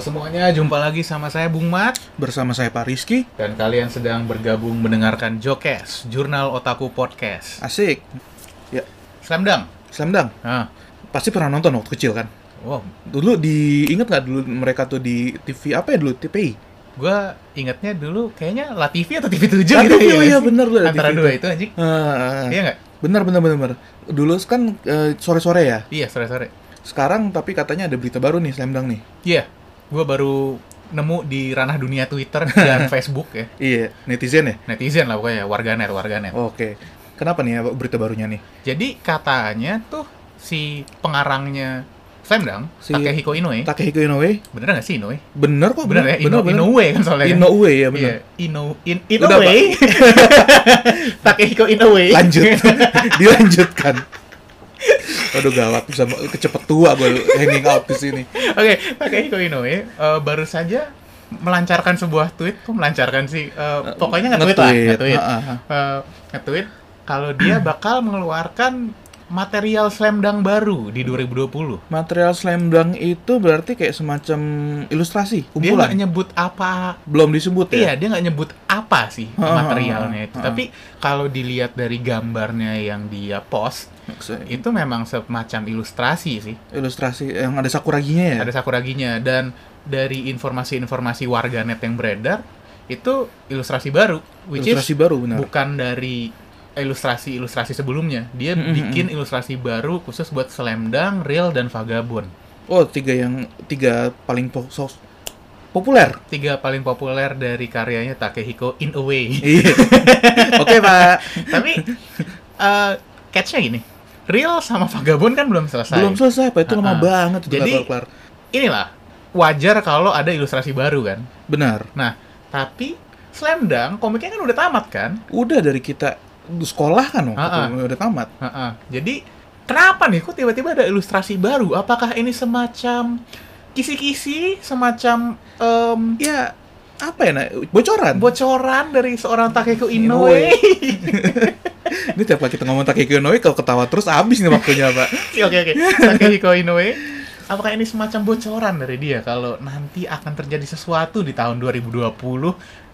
semuanya, jumpa lagi sama saya Bung Mat Bersama saya Pak Rizky. dan kalian sedang bergabung mendengarkan Jokes, Jurnal Otaku Podcast. Asik. Ya, Slam dunk. Slam Dunk. Ah, Pasti pernah nonton waktu kecil kan? wow, Dulu di inget nggak dulu mereka tuh di TV apa ya dulu TPI? gua ingatnya dulu kayaknya La TV atau TV7 Lah, gitu TV, oh iya, ya. bener tuh, La Antara TV dua itu anjing. Eh, Iya nggak? benar benar benar benar. Dulu kan eh, sore-sore ya. Iya, sore-sore. Sekarang tapi katanya ada berita baru nih Slam Dunk nih. Iya, gua baru nemu di ranah dunia Twitter dan Facebook ya. Iya, netizen ya. Netizen lah pokoknya, warganet, warganet. Oke. Kenapa nih ya berita barunya nih? Jadi katanya tuh si pengarangnya Slam Dunk, Si- Takehiko Inoue, Takehiko Inoue. bener nggak sih Inoue? Bener kok, Bener ya, Ino, bener. Inoue kan soalnya. kan? Inoue ya bener. Iya, Ino in in Udah, a way. Takehiko in a way. lanjut dilanjutkan aduh gawat bisa kecepet tua gue hanging out di sini Oke, Takehiko Inoue eh, baru saja melancarkan sebuah tweet, kok melancarkan sih? Eh, pokoknya nge-tweet lah, Nge-tweet, nge-tweet. Hmm. ah, ah. Eh, nge-tweet kalau dia bakal mengeluarkan material slam dunk baru Hmm. di 2020. material slam dunk itu berarti kayak semacam Dia ilustrasi Iya, nggak kumpulan nyebut apa belum disebut ya Iya, dia nggak nyebut apa sih Heeh, materialnya itu. heeh. Tapi kalau dilihat dari gambarnya yang dia post, Se- itu memang semacam ilustrasi sih. ilustrasi yang ada sakuraginya ya Ada sakuraginya dan dari informasi-informasi warganet yang beredar itu ilustrasi baru, which is ilustrasi baru benar bukan dari ilustrasi-ilustrasi sebelumnya. Dia Mm-mm, bikin ilustrasi baru khusus buat slam dunk, real dan vagabond. oh tiga yang tiga paling po- so- populer Tiga paling populer dari karyanya Takehiko in a way. Iya. oke pak Tapi eh catch-nya gini. Real sama Vagabond kan belum selesai. belum selesai pak itu lama Ah, ah. banget udah Jadi- kelar-kelar. Inilah wajar kalau ada ilustrasi baru kan. benar Nah, tapi Slam Dunk komiknya kan udah tamat kan? udah dari kita sekolah kan waktu Ah, itu, udah tamat Heeh. Jadi kenapa nih kok tiba-tiba ada ilustrasi baru? Apakah ini semacam kisi-kisi, semacam em, ya apa ya nak bocoran bocoran dari seorang Takeko Inoue? Inoue. ini tiap kali kita ngomong Takehiko Inoue kalau ketawa terus habis nih waktunya pak Oke oke. Takehiko Inoue. Apakah ini semacam bocoran dari dia kalau nanti akan terjadi sesuatu di tahun 2020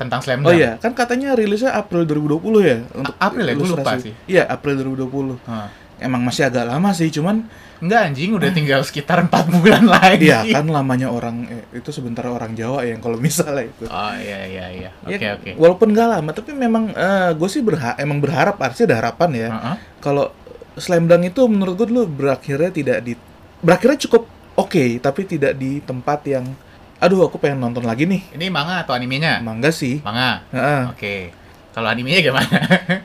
tentang Slam Dunk? oh iya kan katanya rilisnya April 2020 ya A- April ya? Gua lupa ilustrasi. sih. iya April 2020 Hah. emang masih agak lama sih cuman Enggak anjing, udah tinggal sekitar 4 bulan lagi. iya kan lamanya orang eh, itu sebentar orang Jawa ya yang kalau misalnya itu Oh iya iya iya. Oke Ya, oke. walaupun nggak lama tapi memang gue sih berha emang berharap artinya ada harapan ya Heeh. kalau slam dunk itu menurut gue dulu berakhirnya tidak di berakhirnya cukup oke tapi tidak di tempat yang aduh aku pengen nonton lagi nih Ini manga atau animenya? emang nggak sih Manga. Heeh. Oke. Kalau animenya gimana?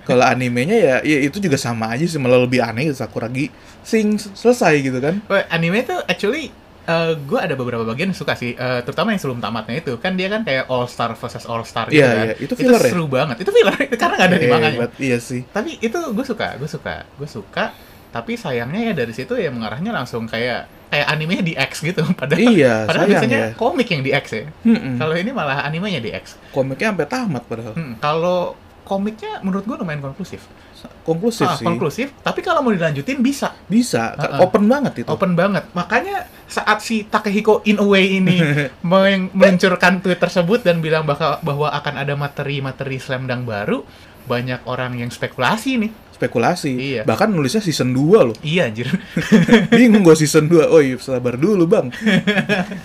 Kalau animenya ya, ya itu juga sama aja sih, malah lebih aneh gitu, Sakuragi sing selesai gitu kan. Weh, anime tuh actually gue ada beberapa bagian yang suka sih, Eh, terutama yang sebelum tamatnya itu kan dia kan kayak all star versus all star gitu Iya, kan. iya. Itu filler ya? seru banget. Itu filler karena nggak ada di ya? manganya. Hebat, iya sih. tapi itu gue suka gue suka gue suka tapi sayangnya ya dari situ ya mengarahnya langsung kayak kayak animenya di X gitu padahal Iya, padahal sayang biasanya ya. komik yang di X ya Mm-mm. kalau ini malah animenya di X Komiknya sampai tamat padahal. Hmm, kalau komiknya menurut gue lumayan konklusif Konklusif Ah, sih. konklusif tapi kalau mau dilanjutin bisa Bisa, Ah, ka- ah. open banget itu. open banget makanya saat si Takehiko in a way ini men- meluncurkan tweet tersebut dan bilang bakal, bahwa akan ada materi-materi slam dunk baru banyak orang yang spekulasi nih Iya. Spekulasi. Bahkan nulisnya season 2 loh. iya anjir Bingung gue season 2. Oh iya, sabar dulu, Bang.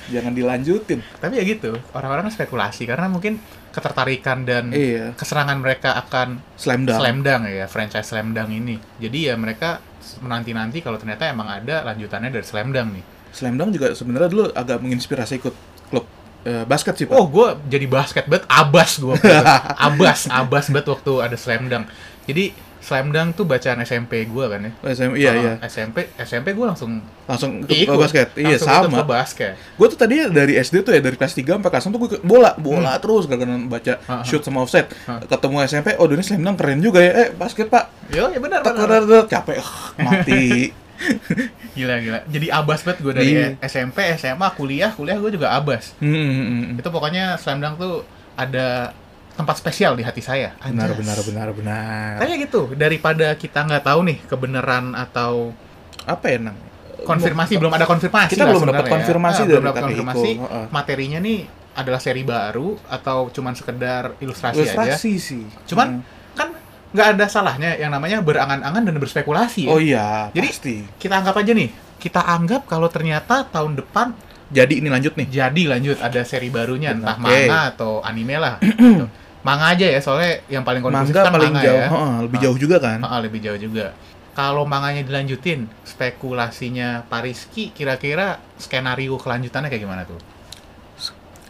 Jangan dilanjutin. tapi ya gitu orang-orang spekulasi karena mungkin ketertarikan dan Iya, keserangan mereka akan slam dunk. Hmm. slam dunk ya franchise slam dunk ini jadi ya mereka menanti-nanti kalau ternyata emang ada lanjutannya dari slam dunk nih Slam dunk juga sebenarnya dulu agak menginspirasi ikut klub eh, basket sih, Pak. oh gue jadi basket bet abas gue abas abas bet waktu ada slam dunk jadi slam dunk tuh bacaan SMP gue kan ya SM, iya, Oh, iya. SMP SMP gue langsung Langsung ikut ikut basket. Iya, Langsung ikut sama. ke basket Gue tuh tadi dari SD tuh ya dari kelas 3 sampai kelas 6 tuh gue ikut bola, bola Hmm. terus gak kenal baca Ah, ah. shoot sama offset. Ah. Ketemu SMP, oh dunia slam dunk keren juga ya. Eh, basket, Pak. yo ya benar Tek, benar tek, tek, capek ah, mati. gila gila jadi abas bet gue dari Iya. SMP SMA kuliah kuliah gue juga abas Hmm, hmm, hmm, hmm. itu pokoknya slam dunk tuh ada tempat spesial di hati saya Anjas. benar benar benar benar. kayak gitu daripada kita nggak tahu nih kebenaran atau Apa ya nang? konfirmasi belum ada konfirmasi Kita lah belum dapat sebenarnya ya. Ah, konfirmasi dari belum dapat Takehiko. konfirmasi Heeh. materinya nih adalah seri baru atau cuman sekedar ilustrasi, aja ilustrasi Hmm. sih. cuman kan nggak ada salahnya yang namanya berangan-angan dan berspekulasi Heeh. ya. oh iya, Jadi- pasti. kita anggap aja nih kita anggap kalau ternyata tahun depan Jadi ini lanjut nih. jadi lanjut ada seri barunya Benar. entah Oke. manga atau anime lah gitu. manga aja ya soalnya yang paling konklusif Mangga kan paling manga jauh, ya heeh, lebih Ah. jauh juga kan. Ah, lebih jauh juga kalau manganya dilanjutin spekulasinya Pariski kira-kira skenario kelanjutannya kayak gimana tuh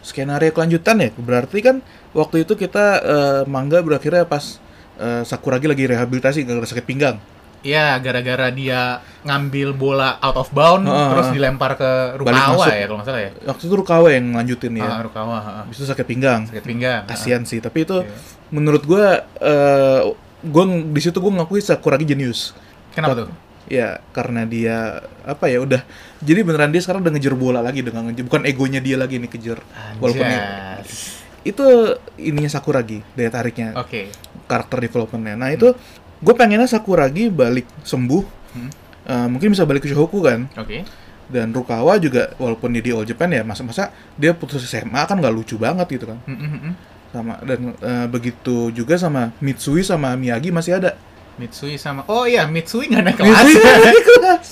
Skenario kelanjutan ya, berarti kan waktu itu kita eh, mangga berakhirnya pas eh, Sakuragi lagi rehabilitasi gara-gara sakit pinggang. Iya, gara-gara dia ngambil bola out of bound Ah, terus ah. dilempar ke masuk. Rukawa ya kalau nggak salah ya. Waktu itu Rukawa yang lanjutin Ah, ya. Rukawa, ah, ah. Habis itu sakit pinggang. sakit pinggang. ah. Kasihan sih, tapi itu Iya. menurut gua eh gua ng- di situ gua ngakui Sakuragi jenius. Kenapa tuh? Ya, karena dia apa ya udah jadi beneran dia sekarang udah ngejar bola lagi dengan ngejar bukan egonya dia lagi nih kejar. Walaupun Anjas. Itu ininya Sakuragi, daya tariknya, Oke. karakter developmentnya. Nah, itu gue pengennya Sakuragi balik sembuh. Hmm. Eh, mungkin bisa balik ke Shohoku kan Oke. dan Rukawa juga walaupun dia di All Japan ya masa-masa dia putus SMA kan nggak lucu banget gitu kan Mm, mm, mm, mm. sama dan eh, begitu juga sama Mitsui sama Miyagi masih ada Mitsui sama Oh iya, Mitsui nggak naik kelas. Mitsui ada di kelas.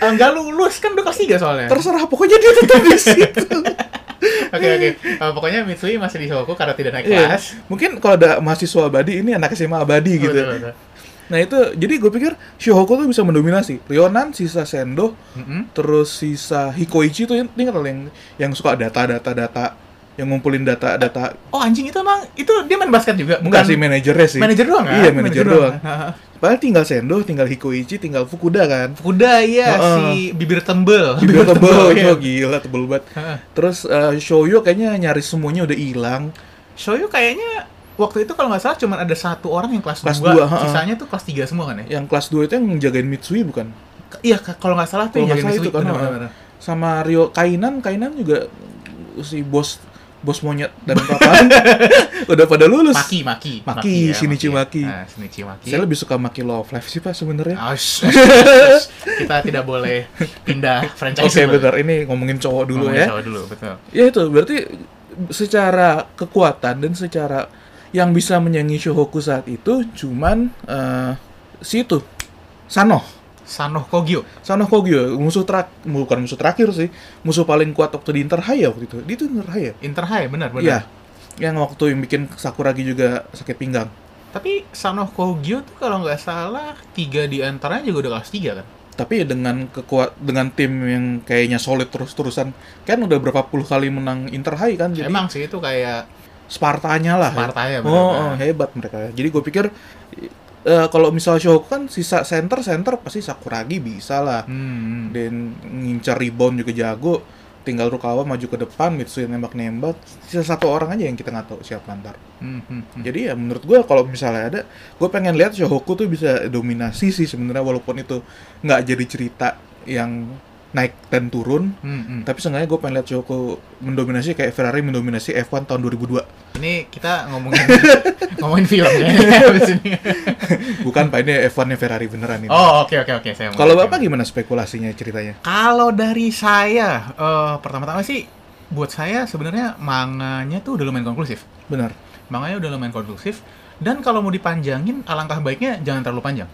Ah, Nggak lulus kan udah kelas 3 soalnya. terserah pokoknya dia tetap di situ Oke oke. Eh, pokoknya Mitsui masih di Shohoku karena tidak naik Iya. kelas. mungkin kalau ada mahasiswa abadi ini anak SMA abadi gitu Betul, betul. nah itu jadi gue pikir Shohoku tuh bisa mendominasi Rionan sisa Sendo Mm, mm. terus sisa Hikoichi tuh ingat lo yang yang suka data-data data yang ngumpulin data-data Oh anjing itu emang itu dia main basket juga bukan sih manajernya sih manajer doang kan? Iya, manajer doang. Ah, ah. Padahal tinggal Sendo, tinggal Hikoichi, tinggal Fukuda kan. Kuda iya Heeh. si bibir tembel. Bibir tebel, iya. itu gila tebel banget. Heeh. Terus eh, Shoyo kayaknya nyaris semuanya udah hilang. Shoyu kayaknya waktu itu kalau nggak salah cuma ada satu orang yang kelas, Kelas dua, dua, ha-ha. sisanya tuh kelas 3 semua kan ya? Yang kelas 2 itu yang jagain Mitsui bukan? K- Iya k- kalau nggak salah tuh Kalau nggak yang salah jagain itu kan, Bener, ha-ha. bener, bener. Sama Rio Kainan, Kainan juga si bos bos monyet dan papan udah pada lulus. Maki, Maki, Maki, Shinichi Maki. Nah, Shinichi Maki. Saya lebih suka Maki Love Live sih Pak sebenarnya. Ah, sh- sh- sh- kita tidak boleh pindah franchise. dulu. Oke, ya. bentar ini ngomongin cowok dulu Ngomongin ya. cowok dulu, betul. Ya itu berarti secara kekuatan dan secara yang bisa menyanyi Shohoku saat itu cuman eh, si itu Sanoh. Sanoh Kogyo. Sanoh Kogyo musuh terak bukan musuh terakhir sih, musuh paling kuat waktu di Inter High ya waktu itu. Dia itu Inter High ya? Inter High benar benar. Iya. Yang waktu yang bikin Sakuragi juga sakit pinggang. Tapi Sanoh Kogyo tuh kalau nggak salah tiga di antaranya juga udah kelas 3 kan? Tapi dengan kekuat dengan tim yang kayaknya solid terus-terusan, kan udah berapa puluh kali menang Inter High kan jadi Emang sih itu kayak Spartanya lah. Spartanya benar. Oh, oh, hebat mereka. Jadi gue pikir eh, kalau misal Shohoku kan sisa center center pasti Sakuragi bisa lah. Hmm. Dan ngincar rebound juga jago. Tinggal Rukawa maju ke depan, Mitsui nembak-nembak. Sisa satu orang aja yang kita nggak tahu siapa ntar. Hmm, hmm, hmm. Jadi ya menurut gue kalau misalnya ada, gue pengen lihat Shohoku tuh bisa dominasi sih sebenarnya walaupun itu nggak jadi cerita yang naik dan turun. Hmm, hmm. Tapi seenggaknya gue pengen lihat Shohoku mendominasi kayak Ferrari mendominasi F1 tahun 2002. Ini kita ngomongin ngomongin film ya di sini. Bukan pak ini F1-nya Ferrari beneran ini. Oh, oke oke oke saya. mau- Kalau saya bapak mau. gimana spekulasinya ceritanya? Kalau dari saya eh, pertama-tama sih buat saya sebenarnya manganya tuh udah lumayan konklusif. Benar. Manganya udah lumayan konklusif dan kalau mau dipanjangin alangkah baiknya jangan terlalu panjang.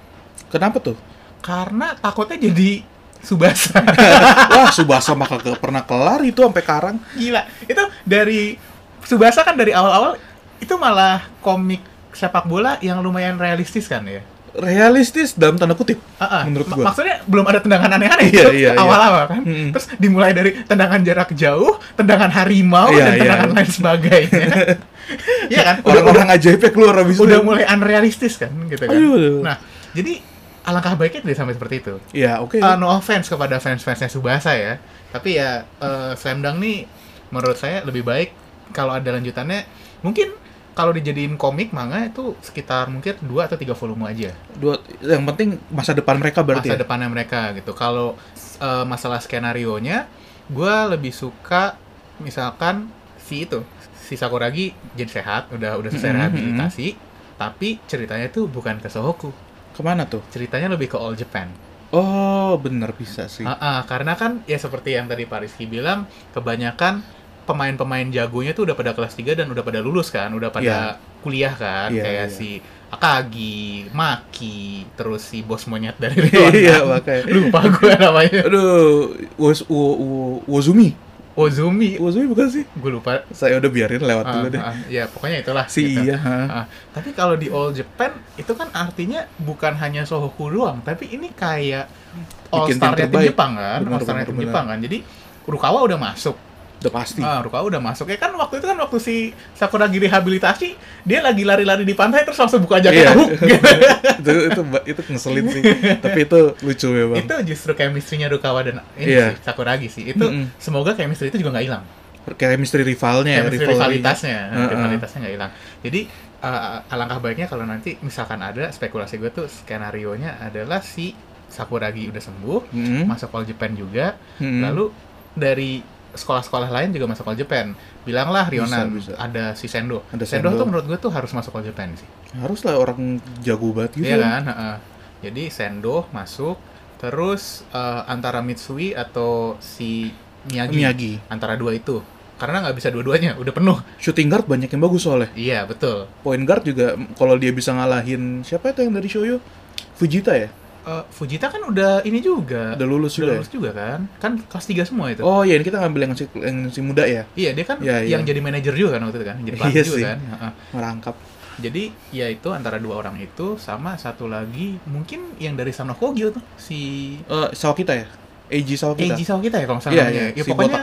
Kenapa tuh? Karena takutnya jadi Subasa. Wah, Subasa mah kagak pernah kelar itu sampai karang. Gila. Itu dari Subasa kan dari awal-awal itu malah komik sepak bola yang lumayan realistis kan ya. Realistis dalam tanda kutip. Heeh. Menurut Ma- gua. maksudnya belum ada tendangan aneh-aneh Iya, gitu iya, iya. awal-awal kan. Mm-mm. Terus dimulai dari tendangan jarak jauh, tendangan harimau Iya, dan iya. tendangan lain sebagainya. Iya kan? Udah, udah, Orang-orang ajaibnya keluar habis udah itu. mulai unrealistis kan gitu kan. Aduh, aduh. Nah, jadi alangkah baiknya tidak sampai seperti itu. Ya, oke. Uh, no offense kepada fans-fansnya Subasa ya. Tapi ya eh, Slam Dunk nih menurut saya lebih baik kalau ada lanjutannya mungkin kalau dijadiin komik manga itu sekitar mungkin 2 atau 3 volume aja. Dua, yang penting masa depan mereka berarti. masa ya? depannya mereka gitu. Kalau eh, masalah skenario nya gue lebih suka misalkan si itu si Sakuragi jadi sehat, udah udah selesai Mm-mm, rehabilitasi, tapi ceritanya tuh bukan ke Sohoku, Kemana tuh? ceritanya lebih ke All Japan. Oh, bener bisa sih. Ah, ah, karena kan ya seperti yang tadi Pak Rizky bilang, kebanyakan pemain-pemain jagonya tuh udah pada kelas 3 dan udah pada lulus kan, udah pada kuliah kan, Iya, kayak iya. si Akagi, Maki, terus si bos monyet dari Iya, Rwanda. makanya. Lupa gue namanya. Aduh, Woz, wo, wo- Wozumi. Ozumi, Wozumi bukan sih? gue lupa. Saya udah biarin lewat Ah, dulu deh. ah, ya pokoknya itulah. Si gitu. iya. Ah, ha. tapi kalau di All Japan itu kan artinya bukan hanya Sohoku doang, tapi ini kayak All Bikin tim Star-nya tim terbaik. Jepang kan, Benar, All Star-nya benar, tim benar. Jepang kan. Jadi Rukawa udah masuk. Udah pasti. Ah, Rukawa udah masuk. Ya kan waktu itu kan waktu si Sakuragi rehabilitasi, dia lagi lari-lari di pantai terus langsung buka Iya. jaketnya. Huk! gitu. itu, itu itu ngeselin sih. Tapi itu lucu ya, memang. itu justru chemistry-nya Rukawa dan ini Iya. sih, Sakuragi sih. Itu Mm-mm. semoga chemistry itu juga nggak hilang. Kayak misteri rivalnya ya, Chemistry rivalry. rivalitasnya, Heeh. rivalitasnya nggak hilang. Jadi eh, alangkah baiknya kalau nanti misalkan ada spekulasi gue tuh skenario nya adalah si Sakuragi udah sembuh, Mm-mm. masuk All Japan juga, Mm-mm. lalu dari sekolah-sekolah lain juga masuk All Japan. Bilanglah Rionan Bisa, bisa. ada si Sendo. Ada Sendo, Sendo. tuh menurut gue tuh harus masuk All Japan sih. haruslah orang jago banget gitu. Iya kan? Heeh. Jadi Sendo masuk, terus eh, antara Mitsui atau si Miyagi, Miyagi. antara dua itu. Karena nggak bisa dua-duanya, udah penuh. Shooting guard banyak yang bagus soalnya. Iya betul. Point guard juga m- kalau dia bisa ngalahin siapa itu yang dari Shoyo? Fujita ya? Eh, Fujita kan udah ini juga. Udah lulus Eh, Udah juga. ya? lulus juga kan? Kan kelas 3 semua itu. Oh iya, ini kita ngambil yang si, yang si muda ya, Iya, dia kan Iya, yang iya. jadi manajer juga kan waktu itu kan, jadi Iya pelatih juga sih. kan. Heeh. merangkap. Jadi ya itu antara dua orang itu sama satu lagi mungkin yang dari Sano Kogyo tuh si Eh, Sawakita ya? Eiji Sawakita. Eiji sama kita ya kalau Iya, misalnya iya. ya Si pokoknya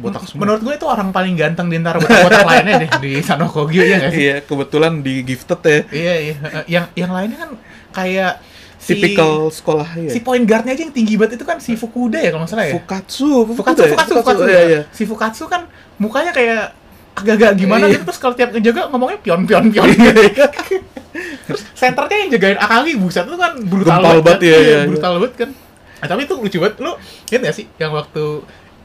botak semua. menurut gue itu orang paling ganteng di antara botak-botak lainnya deh di Sano Kogyo ya nggak sih? Iya, kebetulan di gifted ya. Iya, iya. Yang yang lainnya kan kayak si Tipikal sekolah ya. si point guardnya aja yang tinggi banget itu kan si Fukuda ya kalau nggak salah ya. Fukatsu, Fukatsu, ya? Fukatsu, Fukatsu. Iya, iya. Si Fukatsu kan mukanya kayak agak-agak gimana Iya. gitu terus kalau tiap ngejaga ngomongnya pion pion pion. terus senternya yang jagain Akagi buset itu kan brutal Gempal banget, kan? iya, iya, iya. brutal banget kan. Nah, tapi itu lucu banget lu. Ingat gak sih yang waktu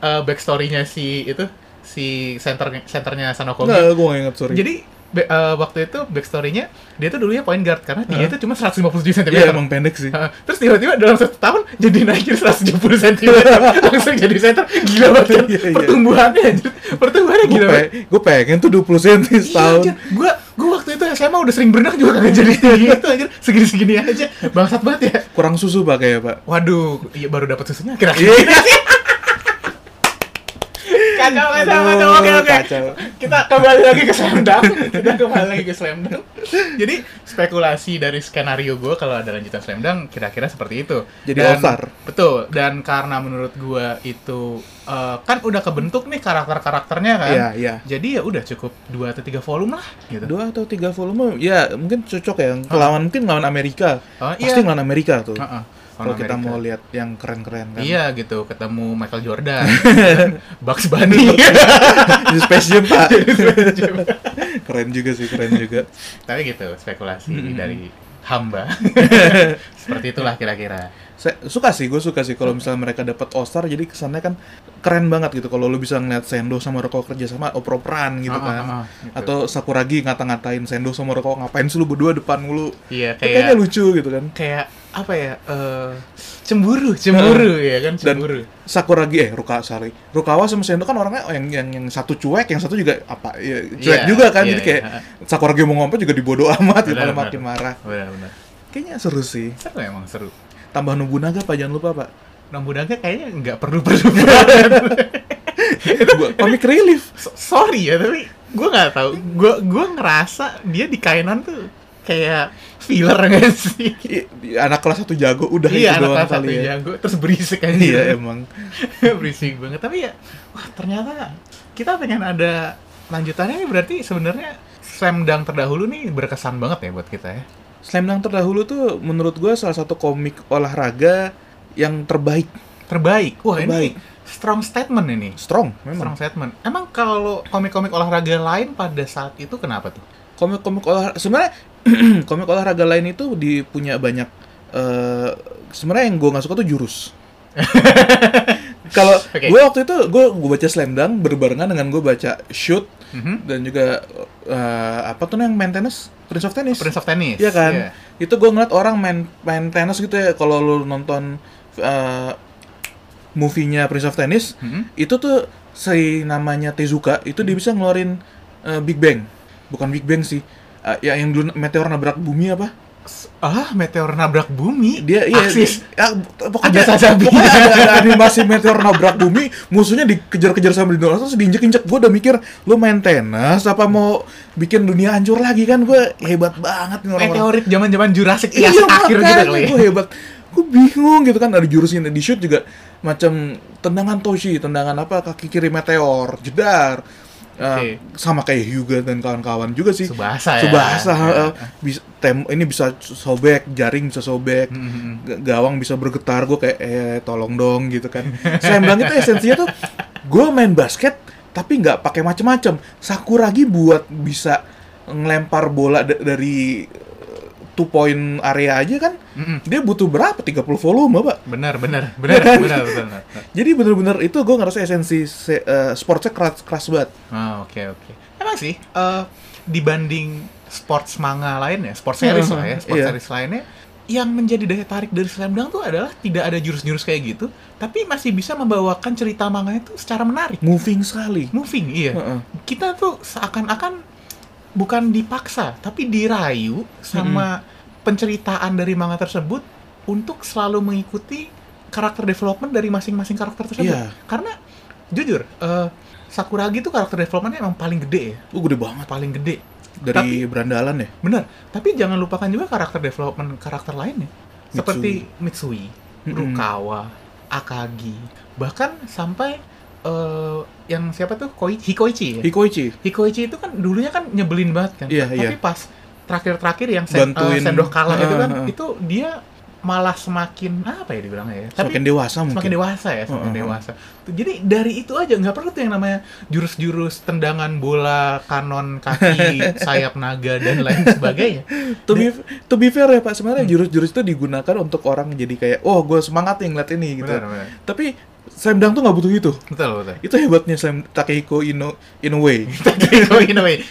eh, backstory-nya si itu si center senternya Sanokomi. Enggak, gue nggak ingat, sorry. gitu? Jadi be- eh, waktu itu backstory-nya dia tuh dulunya point guard karena dia itu cuma 157 cm. Iya, emang pendek sih. Heeh. Terus tiba-tiba dalam satu tahun jadi naikin 170 cm langsung jadi center gila banget kan? Iya, iya. pertumbuhannya anjir pertumbuhannya Gue gila banget pe- gue pengen tuh 20 cm setahun. Iya, gue gue waktu itu SMA udah sering berenang juga kagak jadi tinggi itu anjir segini-segini aja bangsat banget ya Kurang susu pakai ya, Pak? waduh iya baru dapat susunya Iya. kira-kira kacau kacau kacau oke Aduh, oke Kan? kacau. kita kembali lagi ke slam dunk kita kembali lagi ke slam dunk jadi spekulasi dari skenario gue kalau ada lanjutan slam dunk kira-kira seperti itu Jadi Dan- all-star. betul dan karena menurut gue itu eh, kan udah kebentuk nih karakter-karakternya kan Iya, iya. jadi ya udah cukup dua atau tiga volume lah gitu Dua atau tiga volume, ya mungkin cocok ya. Lawan mungkin lawan Amerika. Oh, iya. Pasti lawan Amerika tuh. Heeh. Kalau kita Amerika. mau lihat yang keren-keren kan. Iya gitu, ketemu Michael Jordan, gitu kan. Bugs Bunny. Iya. Di Space Jam, Pak. keren juga sih, keren juga. Tapi gitu, spekulasi dari hamba. Seperti itulah kira-kira. Saya suka sih, gue suka sih kalau misalnya mereka dapat All Star, jadi kesannya kan keren banget gitu. Kalau lu bisa ngeliat Sendo sama Roko kerja sama oper-operan gitu Ah, kan. ah, ah, gitu. Atau Sakuragi ngata-ngatain Sendo sama Roko ngapain sih lu berdua depan mulu. Iya Kayaknya kayak lucu gitu kan. kayak apa ya? eh, cemburu, cemburu ya kan cemburu. Sakuragi eh Ruka sorry. Rukawa sama Sendo kan orangnya yang yang yang satu cuek, yang satu juga apa ya, cuek Iya, juga kan. iya, Jadi kayak iya. Sakuragi mau ngompet juga dibodo amat gitu, Benar, malah makin benar. marah. Benar-benar. Kayaknya seru sih. Seru emang seru. Tambah Nobunaga Pak jangan lupa Pak. Nobunaga kayaknya nggak perlu perlu banget. Gua comic relief. So- sorry ya tapi gue nggak tahu. Gue gue ngerasa dia di kainan tuh kayak filler nggak sih? I- i- anak kelas satu jago udah iya anak itu doang kelas kali satu ya. jago terus berisik aja Iya emang. berisik banget tapi ya wah ternyata kita pengen ada lanjutannya nih berarti sebenarnya slam dunk terdahulu nih berkesan banget ya buat kita ya Slam Dunk terdahulu tuh menurut gue salah satu komik olahraga yang terbaik, terbaik wah Terbaik. ini strong statement ini strong memang. strong statement emang kalau komik-komik olahraga lain pada saat itu kenapa tuh komik-komik olahraga sebenarnya komik olahraga lain itu di punya banyak eh sebenarnya yang gue nggak suka tuh jurus kalau Oke. gue waktu itu gue gue baca slam dunk berbarengan dengan gue baca shoot Mhm. dan juga eh, apa tuh yang main tennis prince of tennis Prince of Tennis Iya kan? Iya. itu gue ngeliat orang main main tenis gitu ya kalau lu nonton eh, movie-nya Prince of Tennis Mm-mm. itu tuh si namanya Tezuka itu dia bisa ngeluarin eh, Big Bang bukan Big Bang sih Eh, ya yang dulu meteor nabrak bumi apa S- Ah, meteor nabrak bumi. dia iya Axis. ah, pokoknya, Ada sasabi. pokoknya ada, ada animasi meteor nabrak bumi musuhnya dikejar-kejar sama dinosaurus terus diinjek-injek gue udah mikir lu main tenis apa mau bikin dunia hancur lagi kan gue hebat banget nih orang-orang Meteorit zaman-zaman Jurassic iya, akhir gitu kali. ya. gue hebat gue bingung gitu kan ada jurusnya di shoot juga macam tendangan toshi tendangan apa kaki kiri meteor jedar Eh, sama kayak Hyuga dan kawan-kawan juga sih Subasa ya. Subasa, Ya. eh, bisa tem ini bisa sobek jaring bisa sobek Mm-mm. G- gawang bisa bergetar gue kayak eh tolong dong gitu kan saya bilang itu esensinya tuh gue main basket tapi nggak pakai macem-macem sakuragi buat bisa ngelempar bola da- dari eh, two point area aja kan Mm-mm. dia butuh berapa 30 volume pak Benar, benar, benar, Ya kan? benar, benar. benar. jadi bener-bener itu gue ngerasa esensi se- eh, sportsnya keras keras banget Ah, oke, oke. Emang sih eh, dibanding sports manga lainnya, sports series lah ya, sports Iya. series lainnya yang menjadi daya tarik dari Slam Dunk tuh adalah tidak ada jurus-jurus kayak gitu, tapi masih bisa membawakan cerita manganya tuh secara menarik, moving sekali moving, iya. Heeh. kita tuh seakan-akan bukan dipaksa tapi dirayu sama penceritaan dari manga tersebut untuk selalu mengikuti karakter development dari masing-masing karakter tersebut Iya. karena jujur eh, Sakuragi tuh karakter developmentnya emang paling gede ya Lu gede banget paling gede dari berandalan ya bener tapi jangan lupakan juga karakter development karakter lainnya seperti Mitsui, Mm-mm. Rukawa, Akagi bahkan sampai eh, yang siapa tuh Koi- Hikoichi ya? Hikoichi Hikoichi itu kan dulunya kan nyebelin banget kan. Iya, Tapi iya. pas terakhir-terakhir yang sen, eh, Bantuin. sendok kalah itu kan, Ah, ah. itu dia malah semakin apa ya dibilangnya ya. Tapi semakin dewasa mungkin semakin dewasa ya, semakin Ah, ah, ah. dewasa. Tuh, Jadi dari itu aja nggak perlu tuh yang namanya jurus-jurus tendangan bola, kanon kaki, sayap naga dan lain sebagainya. to be to be fair ya pak sebenarnya jurus-jurus itu digunakan untuk orang jadi kayak oh gue semangat nih ngeliat ini gitu Benar, benar. tapi Slam Dunk tuh nggak butuh itu Betul, betul. itu hebatnya Slam Takehiko Ino Inoue Takehiko Inoue.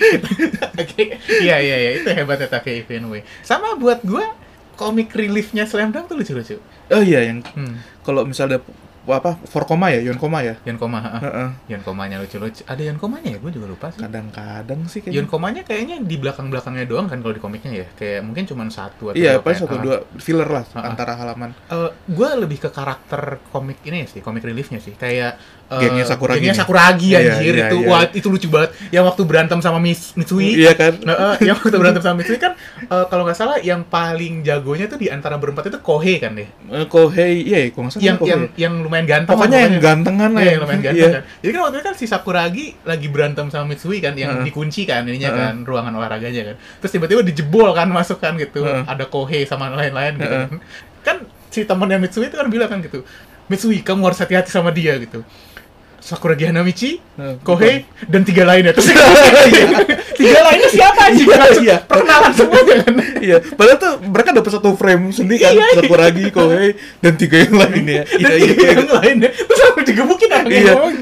Oke. Iya, iya, iya, itu hebatnya Takehiko Inoue. Sama buat gua komik reliefnya Slam Dunk tuh lucu-lucu. oh iya yang Hmm. kalau misalnya ada apa four koma ya yon koma ya Yon Koma, ha-ha. Heeh. Yon Komanya lucu-lucu. Ada Yon Komanya ya? Gue juga lupa sih. kadang-kadang sih Yon kayaknya Komanya kayaknya di belakang-belakangnya doang kan kalau di komiknya ya. Kayak mungkin cuma satu atau iya dua paling kayak- satu ah. dua filler lah Ah, ah. antara halaman Eh, gue lebih ke karakter komik ini ya sih, komik reliefnya sih. Kayak eh, Gengnya Sakuragi Gengnya nih. Sakuragi Iya, anjir iya, itu. iya. Wah, itu lucu banget. Yang waktu berantem sama Miss Mitsui. iya kan Nah, eh, yang waktu berantem sama Mitsui kan eh, kalau nggak salah yang paling jagonya tuh di antara berempat itu Kohei kan deh. Eh, Kohei iya kalau nggak salah Yang Kohei. yang yang lumayan ganteng. lah pokoknya yang gantengan lah Iya, yang lumayan ganteng Iya. kan. Jadi kan waktu itu kan si Sakuragi lagi berantem sama Mitsui kan, yang Heeh. dikunci kan ininya Heeh. kan, ruangan olahraganya kan. Terus tiba-tiba dijebol kan masuk kan gitu. Heeh. Ada Kohei sama lain-lain gitu Heeh. kan. Kan si temannya Mitsui itu kan bilang kan gitu, Mitsui kamu harus hati-hati sama dia gitu. Sakuragi Hanamichi, Heeh. Kohei, dan tiga lainnya. Terus tiga lainnya siapa aja? Langsung iya. Perkenalan semua kan. Iya, padahal tuh mereka dapat satu frame sendiri kan, Iya, iya. Sakuragi, Kohei, eh. dan tiga yang lainnya. Iya, Dan iya, tiga iya. yang lainnya. Terus aku digebukin aku Iya. ngomong.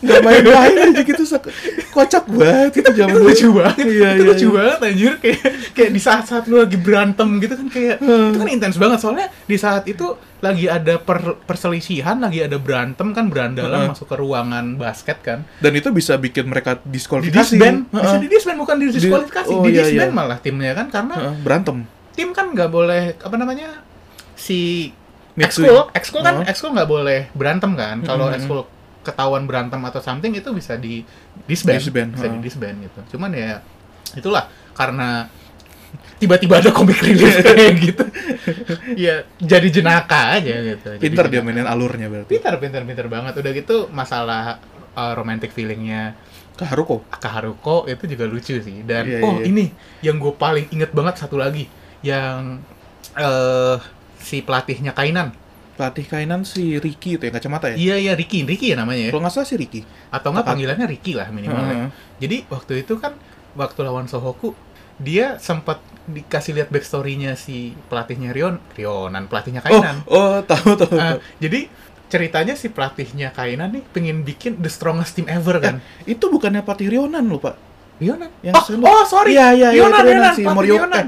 Gak main-main aja gitu, sak- kocak banget gitu zaman itu dulu. lucu banget Iya, itu iya, lucu iya. banget anjir kayak kayak di saat saat lu lagi berantem gitu kan kayak Hmm. itu kan intens banget soalnya di saat itu lagi ada per- perselisihan lagi ada berantem kan berandalan Heeh. masuk ke ruangan basket kan Dan itu bisa bikin mereka di diskualifikasi. disband bisa Heeh. di disband bukan di diskualifikasi oh, di iya, disband iya. malah timnya kan karena Heeh, berantem. tim kan nggak boleh apa namanya si Mitsui. ekskul ekskul kan Heeh. ekskul nggak boleh berantem kan kalau Mm-mm. ekskul ketahuan berantem atau something itu bisa di disband, Disband, bisa di heeh. disband gitu cuman ya itulah karena tiba-tiba ada komik relief kayak gitu ya jadi jenaka aja gitu Jadi Pinter dia jenaka. mainin alurnya berarti. pinter pinter pinter banget udah gitu masalah uh, romantic feelingnya Kaharuko. Akaharuko itu juga lucu sih dan Iya, oh iya. ini yang gue paling inget banget satu lagi yang eh si pelatihnya Kainan Pelatih kainan si Ricky itu yang kacamata ya. iya iya Ricky Ricky ya namanya ya Kalau nggak salah si Ricky. atau nggak panggilannya Ricky lah minimal ya. Heeh. jadi waktu itu kan waktu lawan Sohoku dia sempat dikasih lihat backstory-nya si pelatihnya Rion Rionan pelatihnya Oh, Kainan oh, tahu tahu. Ah, tahu. jadi ceritanya si pelatihnya Kainan nih pengen bikin the strongest team ever kan Itu bukannya Patih Rionan loh, Pak. Rionan Ya. Yang oh, sendok. oh sorry Iya, iya, iya, Rionan itu Rionan, Rionan si pelatih Morioka. Rionan.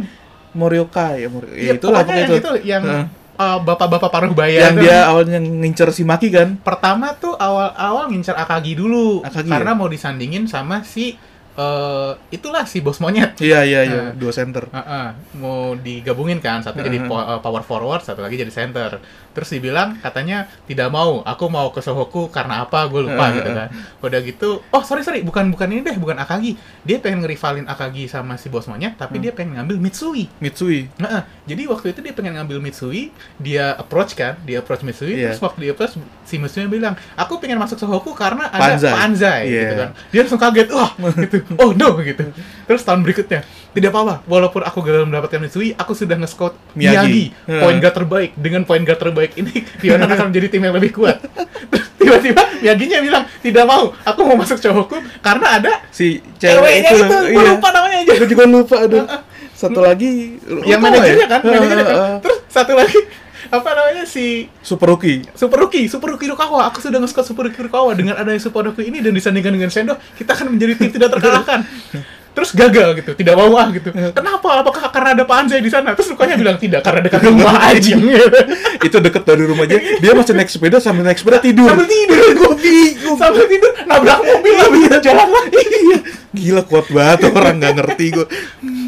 Morioka ya, Morioka. Iya, itulah pokoknya yang itu yang Heeh. eh, bapak-bapak paruh baya yang itu kan? dia awalnya ngincer si Maki kan pertama tuh awal-awal ngincer Akagi dulu Akagi, ya? karena mau disandingin sama si eh, itulah si bos monyet iya iya iya Nah. dua center Heeh, mau digabungin kan satu jadi Heeh. po- eh, power forward satu lagi jadi center terus dibilang katanya tidak mau aku mau ke Sohoku karena apa gue lupa Heeh, gitu kan udah gitu oh sorry sorry bukan bukan ini deh bukan Akagi dia pengen ngerivalin Akagi sama si bos monyet tapi Hmm. dia pengen ngambil Mitsui Mitsui Heeh. jadi waktu itu dia pengen ngambil Mitsui, dia approach kan, dia approach Mitsui, Iya. terus waktu dia approach, si Mitsui bilang, aku pengen masuk Sohoku karena ada Panzai. Panzai, Iya. gitu kan. Dia langsung kaget, wah gitu, oh no gitu. Terus tahun berikutnya, tidak apa-apa, walaupun aku gagal mendapatkan Mitsui, aku sudah nge-scout Miyagi. Miyagi, Heeh. point guard terbaik. Dengan point guard terbaik ini, Fiona akan menjadi tim yang lebih kuat. Terus tiba-tiba Miyaginya bilang, tidak mau, aku mau masuk Sohoku karena ada si cewek ceweknya itu, itu, Gua iya lupa namanya aja gue juga lupa aduh satu lagi yang Utowa manajernya kan, ya? manajernya kan. Eh, eh, eh. Terus satu lagi apa namanya si Superoki Superuki, Superuki Rukawa. Aku sudah nge-scout Superuki Rukawa dengan adanya Superuki ini dan disandingkan dengan Sendo, kita akan menjadi tim tidak terkalahkan. Terus gagal gitu, tidak mau ah gitu. Kenapa? Apakah karena ada Panzai di sana? Terus rukanya bilang tidak karena dekat rumah aja. itu deket dari rumahnya dia masih naik sepeda sambil naik sepeda tidur Sambil tidur. gue bingung Sampai tidur nabrak mobil gitu. Iya. lagi Iya, jalan lagi. gila kuat banget orang nggak ngerti gue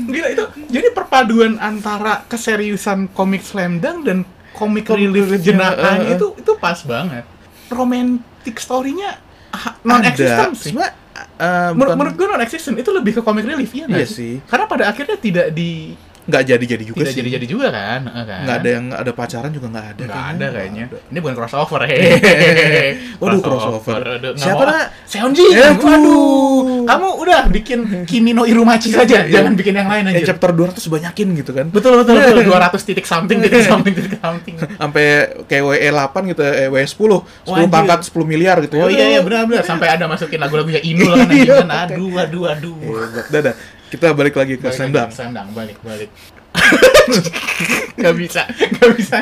Gila itu. Jadi perpaduan antara keseriusan komik slam dunk dan komik relief eh, eh. jenakanya itu itu pas banget. Romantic story-nya ah, non-existent Ada. sih. Cuma, eh, Menur- bukan- menurut gue non existent itu lebih ke comic relief ya nggak Iya sih. karena pada akhirnya tidak di nggak jadi jadi juga tidak sih jadi jadi juga kan Heeh kan nggak ada yang ada pacaran juga nggak ada nggak ada kayaknya Nggak ada. ini bukan crossover hehehe Waduh, crossover. Aduh, nggak Siapa, mau ah. Nak? Seonji Eh, aduh. waduh kamu udah bikin Kimi no Irumachi saja Iya. jangan bikin yang lain ya, aja chapter 200 banyakin gitu kan betul betul betul 200 titik something titik something titik something sampai kayak WE 8 gitu eh, WE 10 10 Wajib. pangkat 10 miliar gitu oh iya iya Aduh. benar benar sampai ada masukin lagu-lagunya Inu lah kan Iya, anjingan. makanya. aduh aduh aduh Hebat. dadah kita balik lagi Balik lagi, ke sendang Sendang, balik, balik. gak bisa, gak bisa.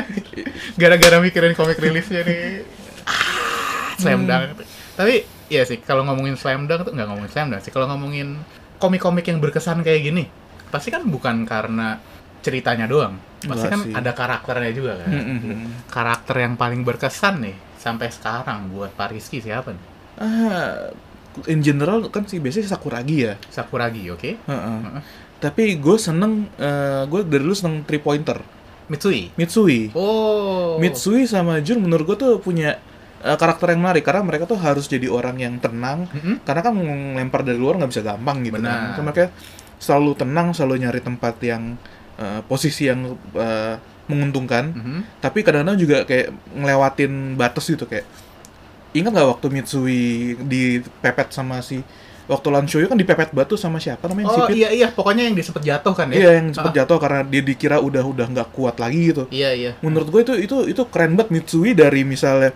Gara-gara mikirin komik rilisnya nih. Ah, Slam Dunk. Tapi ya sih, kalau ngomongin Slam Dunk tuh nggak ngomongin Slam Dunk sih. Kalau ngomongin komik-komik yang berkesan kayak gini, pasti kan bukan karena ceritanya doang. Pasti Nggak kan sih. ada karakternya juga kan. Mm-mm. Karakter yang paling berkesan nih sampai sekarang buat Pak Rizky siapa nih? ah in general kan sih biasanya Sakuragi ya Sakuragi, oke? Heeh. Heeh. tapi gue seneng eh, gue dari dulu seneng three pointer Mitsui. Mitsui Oh. Mitsui sama Jun menurut gue tuh punya eh, karakter yang menarik karena mereka tuh harus jadi orang yang tenang Mm-mm. karena kan lempar dari luar nggak bisa gampang gitu Benar. kan. Itu mereka selalu tenang, selalu nyari tempat yang eh, posisi yang eh, menguntungkan. Mhm. Tapi kadang-kadang juga kayak ngelewatin batas gitu kayak. Ingat nggak waktu Mitsui dipepet sama si waktu Lanshouyo kan dipepet batu sama siapa namanya si Oh Pit? iya iya, pokoknya yang disempet jatuh kan ya? Iya, yang cepet Ah, jatuh karena dia dikira udah udah nggak kuat lagi gitu. Iya iya. Menurut gue itu itu itu keren banget Mitsui dari misalnya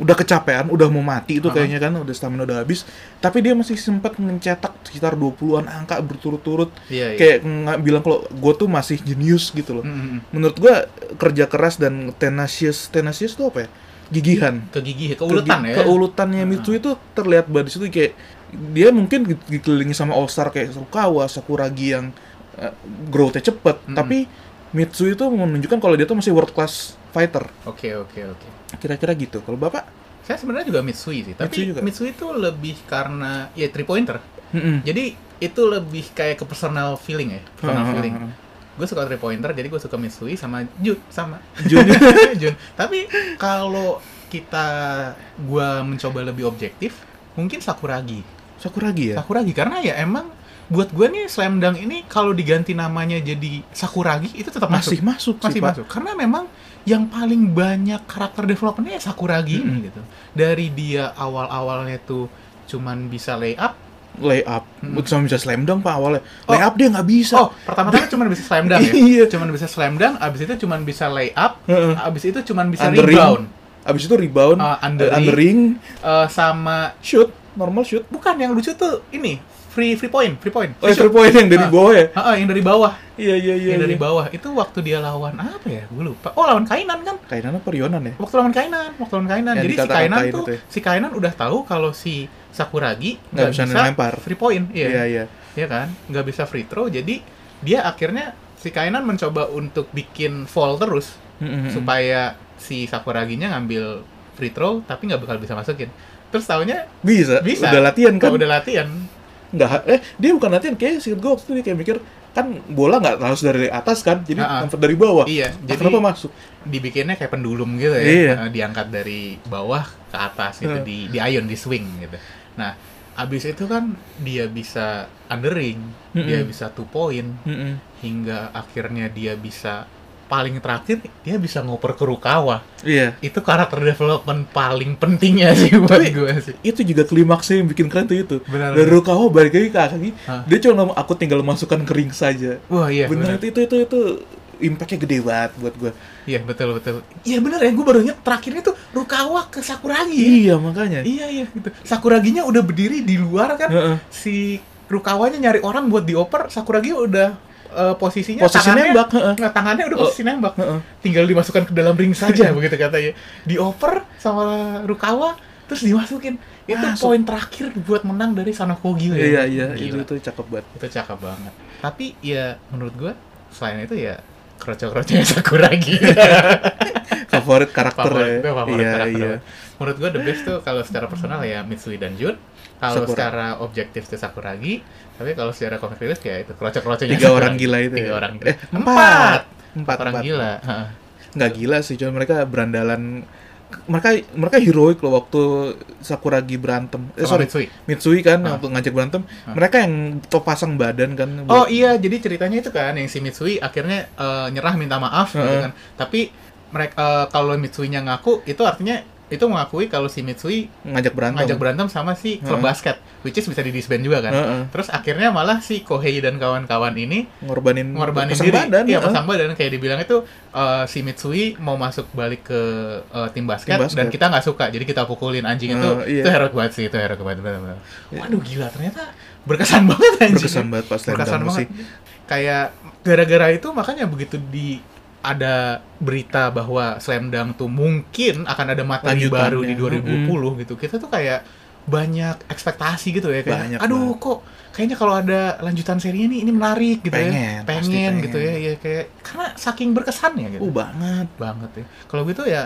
udah kecapean, udah mau mati Ah. itu kayaknya kan, udah stamina udah habis, tapi dia masih sempat mencetak sekitar 20-an angka berturut-turut. Iya iya. Kayak nggak bilang kalau gue tuh masih jenius gitu loh. Mm, mm, mm. Menurut gue kerja keras dan tenacious, tenacious tuh apa ya? Gigihan. kegigih, keulutan Kegi- ya. Keulutannya Mitsui itu terlihat banget di situ kayak dia mungkin di- dikelilingi sama all star kayak Sokawa, Sakuragi yang eh, growth-nya cepet, Mm-mm. tapi Mitsui itu menunjukkan kalau dia tuh masih world class fighter. Oke oke oke. Kira-kira gitu. Kalau Bapak? Saya sebenarnya juga Mitsui sih, Mitsui tapi juga. Mitsui, itu lebih karena ya three pointer. Mm-mm. Jadi itu lebih kayak ke personal feeling ya, personal Heeh, feeling. heeh, Gue suka three pointer, jadi gue suka Mitsui sama Jun sama Jun. Jun. Tapi kalau kita gua mencoba lebih objektif, mungkin Sakuragi. Sakuragi ya? Sakuragi karena ya emang buat gue nih Slam Dunk ini kalau diganti namanya jadi Sakuragi itu tetap Masih masuk. masuk, Masih sih, Pak. masuk. Karena memang yang paling banyak karakter developmentnya ya Sakuragi ini gitu. Dari dia awal-awalnya tuh cuman bisa lay up. Lay up. Mm-mm. Cuma bisa slam dunk Pak awalnya. Oh. Lay up dia nggak bisa. Oh, pertama-tama cuman bisa slam dunk ya. Iya. Cuman bisa slam dunk, abis itu cuman bisa lay up, Heeh. abis itu cuman bisa Under ring. rebound. Abis itu rebound, Ah, under eh, under ring, Eh, sama shoot, normal shoot. bukan yang lucu tuh ini free free point, free point. Oh, Free three shoot. point yang dari Ah. bawah ya? Ah, ah, yang dari bawah. Iya, iya, iya. yang dari iya. bawah itu waktu dia lawan apa ya gue lupa oh lawan kainan kan Kainan apa Rionan ya? waktu lawan kainan waktu lawan kainan Yang jadi si dikata-katain kainan tuh itu ya. si kainan udah tahu kalau si sakuragi Nggak bisa ngelempar. free point iya Iya, iya. ya kan nggak bisa free throw jadi dia akhirnya si Kainan mencoba untuk bikin fall terus Mm-mm. supaya si Sakuraginya ngambil free throw tapi nggak bakal bisa masukin terus taunya bisa. bisa Udah latihan kan? udah latihan Nggak, eh dia bukan latihan kayak singkat gue waktu itu dia kayak mikir kan bola nggak harus dari atas kan, jadi Ah, ah. comfort dari bawah. iya Jadi, jadi kenapa masuk? dibikinnya kayak pendulum gitu ya Iya. Eh, diangkat dari bawah ke atas gitu Hmm. di di ion di swing gitu nah abis itu kan dia bisa undering dia Mm-mm. bisa two point Mm-mm. hingga akhirnya dia bisa paling terakhir dia bisa ngoper ke Rukawa Iya. itu karakter development paling pentingnya sih buat Tapi- gue sih Itu juga klimaksnya yang bikin keren tuh itu. benar Dari Rukawa balik lagi ke Akagi, Hah. dia cuma ngomong, aku tinggal masukkan kering saja. wah iya benar bener, itu itu itu, itu impactnya gede banget buat gue. iya betul betul iya benar ya gue baru ingat terakhirnya tuh Rukawa ke Sakuragi Iya makanya. iya iya gitu Sakuraginya udah berdiri di luar kan Heeh. si Rukawanya nyari orang buat dioper Sakuragi udah eh, posisinya Posisi tangannya, nembak. heeh. Nah, tangannya udah Oh. posisi nembak Heeh. tinggal dimasukkan ke dalam ring saja begitu katanya dioper sama Rukawa terus dimasukin itu Masuk. poin terakhir buat menang dari Sanokogi Ah, Iya iya itu Gila. itu cakep banget. itu cakep banget tapi ya menurut gua selain itu ya kroco-kroconya Sakuragi Favorit karakter favorit ya. itu favorit Iya karakter iya. banget. menurut gua the best tuh kalau secara personal ya Mitsui dan Jun kalau Sakura. secara objektif tuh Sakuragi tapi kalau secara comic relief ya itu kroco-kroconya Tiga Sakuragi. orang gila itu. tiga ya. orang gila Eh, empat empat. Empat Eh, Empat orang gila Heeh. Nggak gila sih, cuma mereka berandalan mereka mereka heroik loh waktu Sakuragi berantem. Eh Sama sorry, Mitsui Mitsui kan Ah. waktu ngajak berantem, Ah. mereka yang top pasang badan kan. Oh buat- iya, jadi ceritanya itu kan yang si Mitsui akhirnya eh, nyerah minta maaf gitu kan. Heeh. Tapi mereka eh, kalau Mitsuinya ngaku itu artinya itu mengakui kalau si Mitsui ngajak berantem. ngajak berantem sama si klub Heeh. basket, which is bisa di disband juga kan. Heeh. Terus akhirnya malah si Kohei dan kawan-kawan ini ngorbanin ngorbanin pasang diri. badan. Iya, heeh. pasang badan kayak dibilang itu eh, si Mitsui mau masuk balik ke eh, tim, basket, Tim basket. dan kita nggak suka. Jadi kita pukulin anjing itu. Oh, iya. Itu heroik banget sih, itu heroik banget benar-benar. Waduh gila, ternyata berkesan banget anjing. Berkesan banget pas slam Berkesan dunk banget. gitu ya. sih. Kayak gara-gara itu makanya begitu di ada berita bahwa Slam Dunk tuh mungkin akan ada materi Lanjutannya. baru di 2020 gitu. Kita tuh kayak banyak ekspektasi gitu ya kayak Banyak aduh kok kayaknya kalau ada lanjutan serinya nih ini menarik gitu Pengen, ya. pasti Pengen gitu ya. pengen. ya kayak karena saking berkesannya gitu. Uh banget. Banget ya. Kalau gitu ya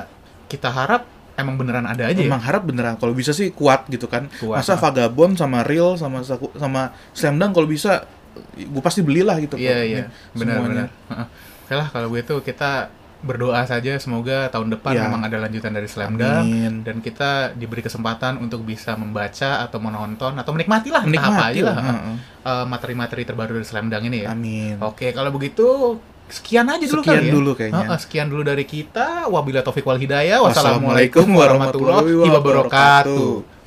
kita harap emang beneran ada aja ya. Emang harap beneran kalau bisa sih kuat gitu kan. Kuat, Masa ah. Vagabond sama Real sama Saku- sama Slam Dunk kalau bisa gue pasti belilah gitu. Iya iya, kalau ini semuanya. benar-benar. Heeh. Oke lah kalau gitu kita berdoa saja semoga tahun depan Iya. memang ada lanjutan dari Slam Dunk Amin. dan kita diberi kesempatan untuk bisa membaca atau menonton atau menikmati lah entah apa Menikmati aja lah. lah heeh. eh, materi-materi terbaru dari Slam Dunk ini ya. Amin. Oke kalau begitu sekian aja dulu Sekian kali ya. dulu kayaknya. Heeh, sekian dulu dari kita. Wabila taufiq wal hidayah. Wassalamualaikum Wassalamualaikum warahmatullahi warahmatullahi wabarakatuh. wabarakatuh.